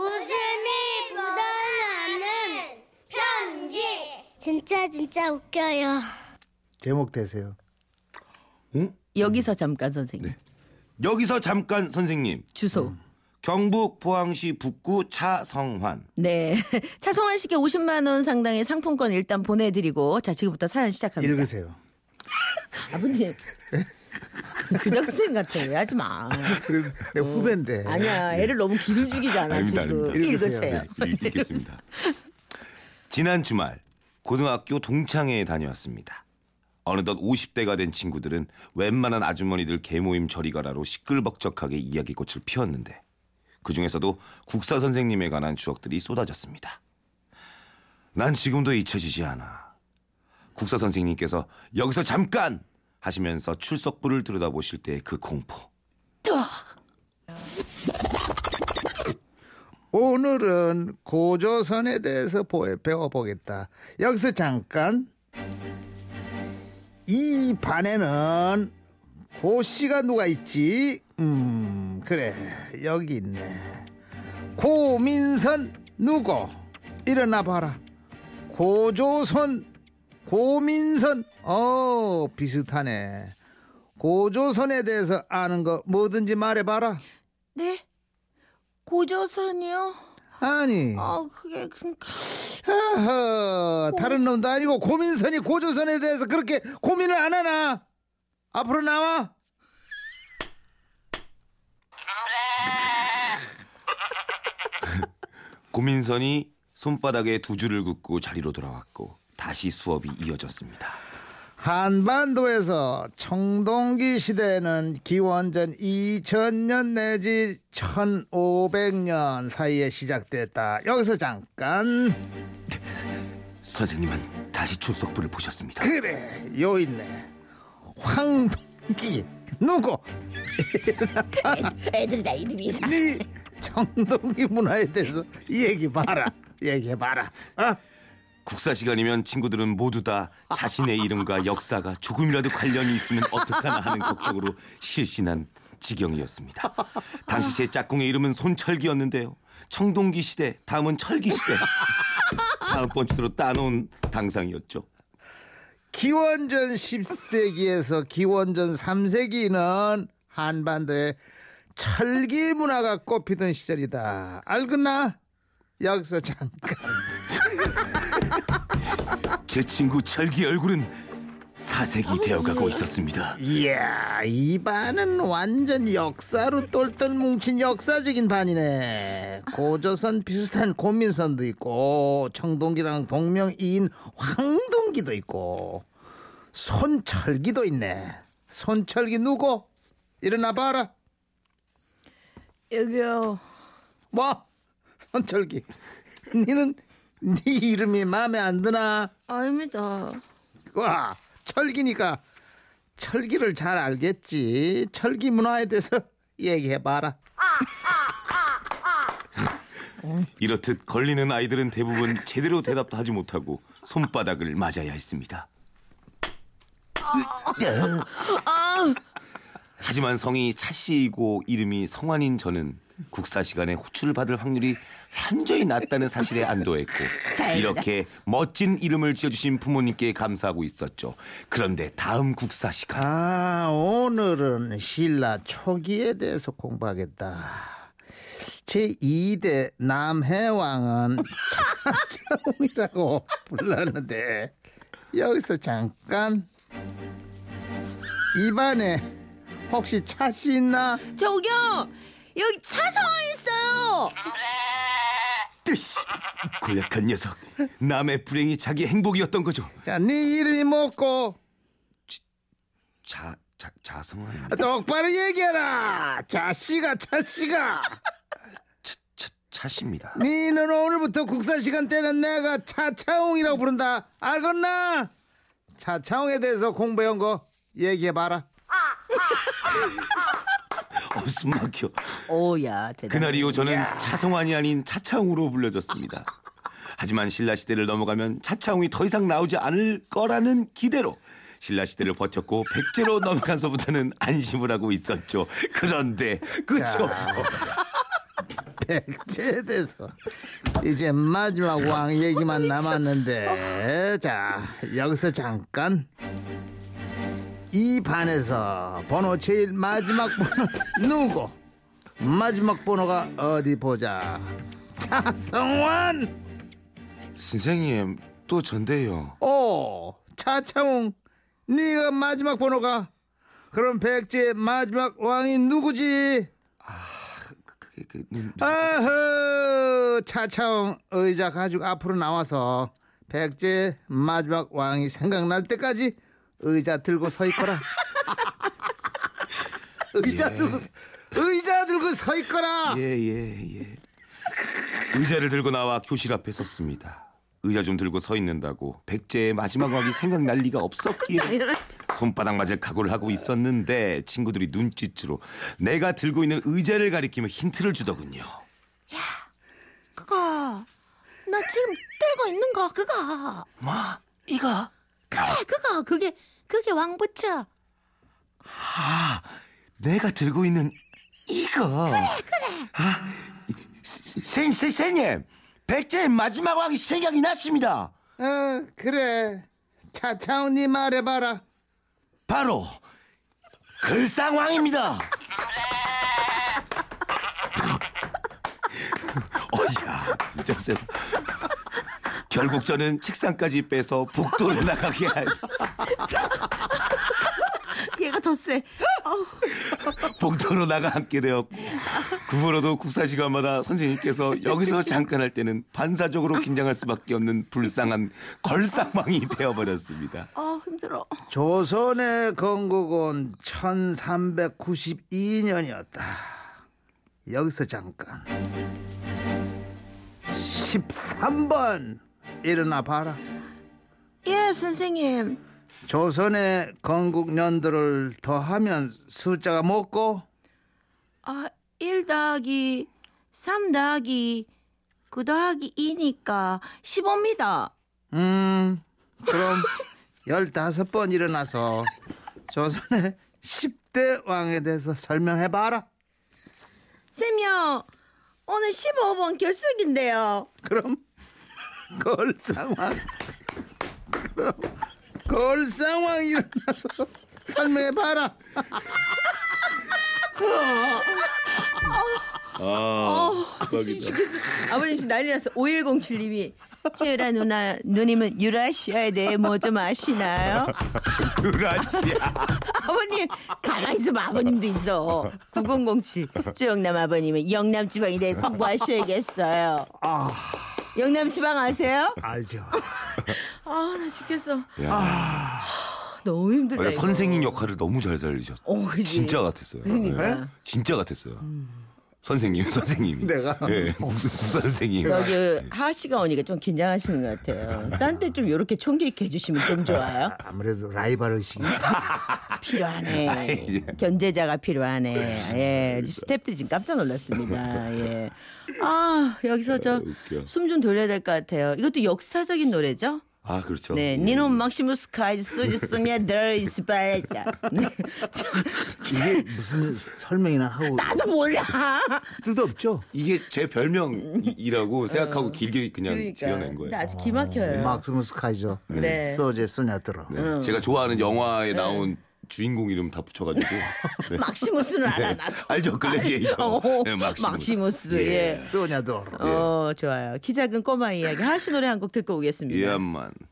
웃음이 묻어나는 편지. 진짜 진짜 웃겨요. 제목 되세요. 응? 여기서 잠깐 선생님. 네. 여기서 잠깐 선생님. 주소. 경북 포항시 북구 차성환. 네. 차성환 씨께 50만 원 상당의 상품권 일단 보내 드리고 자, 지금부터 사연 시작합니다. 읽으세요. 아버님. 교장선생 같아. 왜 하지 마. 그리고 내 후배인데. 아니야. 애를 너무 기를 죽이잖아, 아닙니다, 지금. 아닙니다. 네. 읽으세요. 읽으세요. 읽- 읽겠습니다. 지난 주말 고등학교 동창회에 다녀왔습니다. 어느덧 50대가 된 친구들은 웬만한 아주머니들 개모임 저리 가라로 시끌벅적하게 이야기꽃을 피웠는데 그 중에서도 국사 선생님에 관한 추억들이 쏟아졌습니다. 난 지금도 잊혀지지 않아. 국사 선생님께서 여기서 잠깐 하시면서 출석부를 들여다보실 때의 그 공포. 오늘은 고조선에 대해서 보- 배워보겠다. 여기서 잠깐. 이 반에는 고씨가 누가 있지? 음, 그래. 여기 있네. 고민선 누구? 일어나 봐라. 고조선, 고민선. 어, 비슷하네. 고조선에 대해서 아는 거 뭐든지 말해봐라. 네. 고조선이요? 아니. 아, 그게 그 아하, 다른 놈도 아니고 고민선이 고조선에 대해서 그렇게 고민을 안 하나? 앞으로 나와. 고민선이 손바닥에 두 줄을 긋고 자리로 돌아왔고 다시 수업이 이어졌습니다. 한반도에서 청동기 시대에는 기원전 2000년 내지 1500년 사이에 시작됐다. 여기서 잠깐. 선생님은 다시 출석부를 보셨습니다. 그래, 요 있네. 황동기. 누구? 애들이 다 이름이 이상. 네 청동기 문화에 대해서 얘기 봐라. 얘기해 봐라. 어? 국사 시간이면 친구들은 모두 다 자신의 이름과 역사가 조금이라도 관련이 있으면 어떡하나 하는 걱정으로 실신한 지경이었습니다. 당시 제 짝꿍의 이름은 손철기였는데요. 청동기 시대, 다음은 철기 시대. 다음 번째로 따놓은 당상이었죠. 기원전 10세기에서 기원전 3세기는 한반도에 철기 문화가 꽃피던 시절이다. 알겠나? 여기서 잠깐. 제 친구 철기 얼굴은 사색이 되어가고 있었습니다. 이야, 이 반은 완전 역사로 똘똘 뭉친 역사적인 반이네. 고조선 비슷한 고민선도 있고, 청동기랑 동명이인 황동기도 있고, 손철기도 있네. 손철기 누구? 일어나 봐라. 여기요. 뭐? 손철기. 니는 네 이름이 마음에 안 드나? 아닙니다. 와, 철기니까 철기를 잘 알겠지. 철기 문화에 대해서 얘기해 봐라. 이렇듯 걸리는 아이들은 대부분 제대로 대답도 하지 못하고 손바닥을 맞아야 했습니다. 하지만 성이 차씨이고 이름이 성환인 저는 국사 시간에 호출을 받을 확률이 현저히 낮다는 사실에 안도했고 이렇게 멋진 이름을 지어주신 부모님께 감사하고 있었죠. 그런데 다음 국사 시간 아, 오늘은 신라 초기에 대해서 공부하겠다. 제 2대 남해왕은 차정이라고 불렀는데 여기서 잠깐 입안에 혹시 차씨 있나? 아, 저기요. 여기 차성환 있어요. 뜻 곤약한 녀석 남의 불행이 자기 행복이었던 거죠. 자, 네 이름이 뭐고 자, 자 자성환 똑바로 얘기해라. 자씨가 차씨가. 차, 차, 차십니다. 니는 오늘부터 국사 시간 때는 내가 차차홍이라고 부른다. 알겠나? 차차홍에 대해서 공부해온 거 얘기해봐라. 어, 숨 막혀. 어, 오야, 대단. 그날 이후 저는 차성환이 아닌 차창우로 불려졌습니다. 하지만 신라시대를 넘어가면 차창웅이 더 이상 나오지 않을 거라는 기대로 신라시대를 버텼고 백제로 넘어가서부터는 안심을 하고 있었죠. 그런데 끝이 없어. 백제대소 이제 마지막 왕 얘기만 남았는데 자 여기서 잠깐 이 반에서 번호 제일 마지막 번호 누구 마지막 번호가 어디 보자 차성환 선생님 또 전데요. 오 어, 차창웅 네가 마지막 번호가 그럼 백제의 마지막 왕이 누구지? 그- 그게 그 눈- 아흐 차차웅 의자 가지고 앞으로 나와서 백제 마지막 왕이 생각날 때까지 의자 들고 서 있거라 의자 들고 서- 의자 들고 서 있거라 예, 예, 예. 의자를 들고 나와 교실 앞에 섰습니다. 의자 좀 들고 서 있는다고 백제의 마지막 왕이 생각날 리가 없었기에 손바닥 맞을 각오를 하고 있었는데 친구들이 눈짓으로 내가 들고 있는 의자를 가리키며 힌트를 주더군요. 그거 나 지금 들고 있는 거 그거 마, 뭐? 이거 아, 그래 그거 그게 그게 왕부처 내가 들고 있는 이거. 그래, 그래. 아, 선 선생님, 백제의 마지막 왕이 생각이 났습니다. 어 그래 차차웅 이 말해봐라 바로 글상왕입니다. 어이야, 진짜 세. 결국 저는 책상까지 빼서 복도로 나가게 한 얘가 더세 복도로 나가 앉게 되었고 그 후로도 국사 시간마다 선생님께서 여기서 잠깐 할 때는 반사적으로 긴장할 수밖에 없는 불쌍한 걸상왕이 되어버렸습니다. 아 힘들어 조선의 건국은 1392년이었다. 여기서 잠깐. 13번 일어나 봐라. 예 선생님 조선의 건국 연도를 더하면 숫자가 먹고 아1 더하기 3 더하기 9 더하기 2니까 15입니다 음 그럼 15번 일어나서 조선의 10대 왕에 대해서 설명해 봐라. 쌤요 오늘 15번 결석인데요 그럼 거울 상황 그럼 거울 상황 일어나서 설명해 봐라 아버님 지금 난리 났어 5107님이 채유라 누나 누님은 유라시아에 대해 뭐 좀 아시나요? 유라시아. 아버님 가만히 있으면 아버님도 있어 9007 주영남 아버님은 영남지방에 대해 공부하셔야겠어요 아. 영남지방 아세요? 알죠 아 나 죽겠어 아, 야, 너무 힘들다 맞아, 이거. 선생님 역할을 너무 잘 살리셨어. 어, 그지? 진짜 같았어요. 그러니까. 네. 진짜 같았어요. 선생님, 선생님이. 내가? 예, 국수, 국수 선생님. 저기 하하 씨가 오니까 좀 긴장하시는 것 같아요 딴 데 좀 이렇게 총기 있게 해주시면 좀 좋아요 아무래도 라이벌 의식이 필요하네. 견제자가 필요하네. 예. 스탭들이 지금 깜짝 놀랐습니다. 예. 아, 여기서 저 숨 네, 웃겨. 좀 돌려야 될 것 같아요. 이것도 역사적인 노래죠? 아, 그렇죠. 네. 예. 니노 막시무스 카이드 소지스냐 드라이스파이자. 네. 이게 무슨 설명이나 하고 나도 몰라. 뜻없죠 이게 제 별명이라고 생각하고 길게 그냥 지어낸 거예요. 어. 나 아주 기막혀요. 막스무스 카이죠 네. 소재 소냐들어 네. 제가 좋아하는 영화에 나온 주인공 이름 다 붙여가지고. 네. 막시무스는 알아 나도. 알죠, 글래디에이터. 어, 네, 막시무스. 예. 막시무스. 예. 소냐들어 어, 좋아요. 기작은 꼬마 이야기. 하시 노래 한 곡 듣고 오겠습니다. 예안만.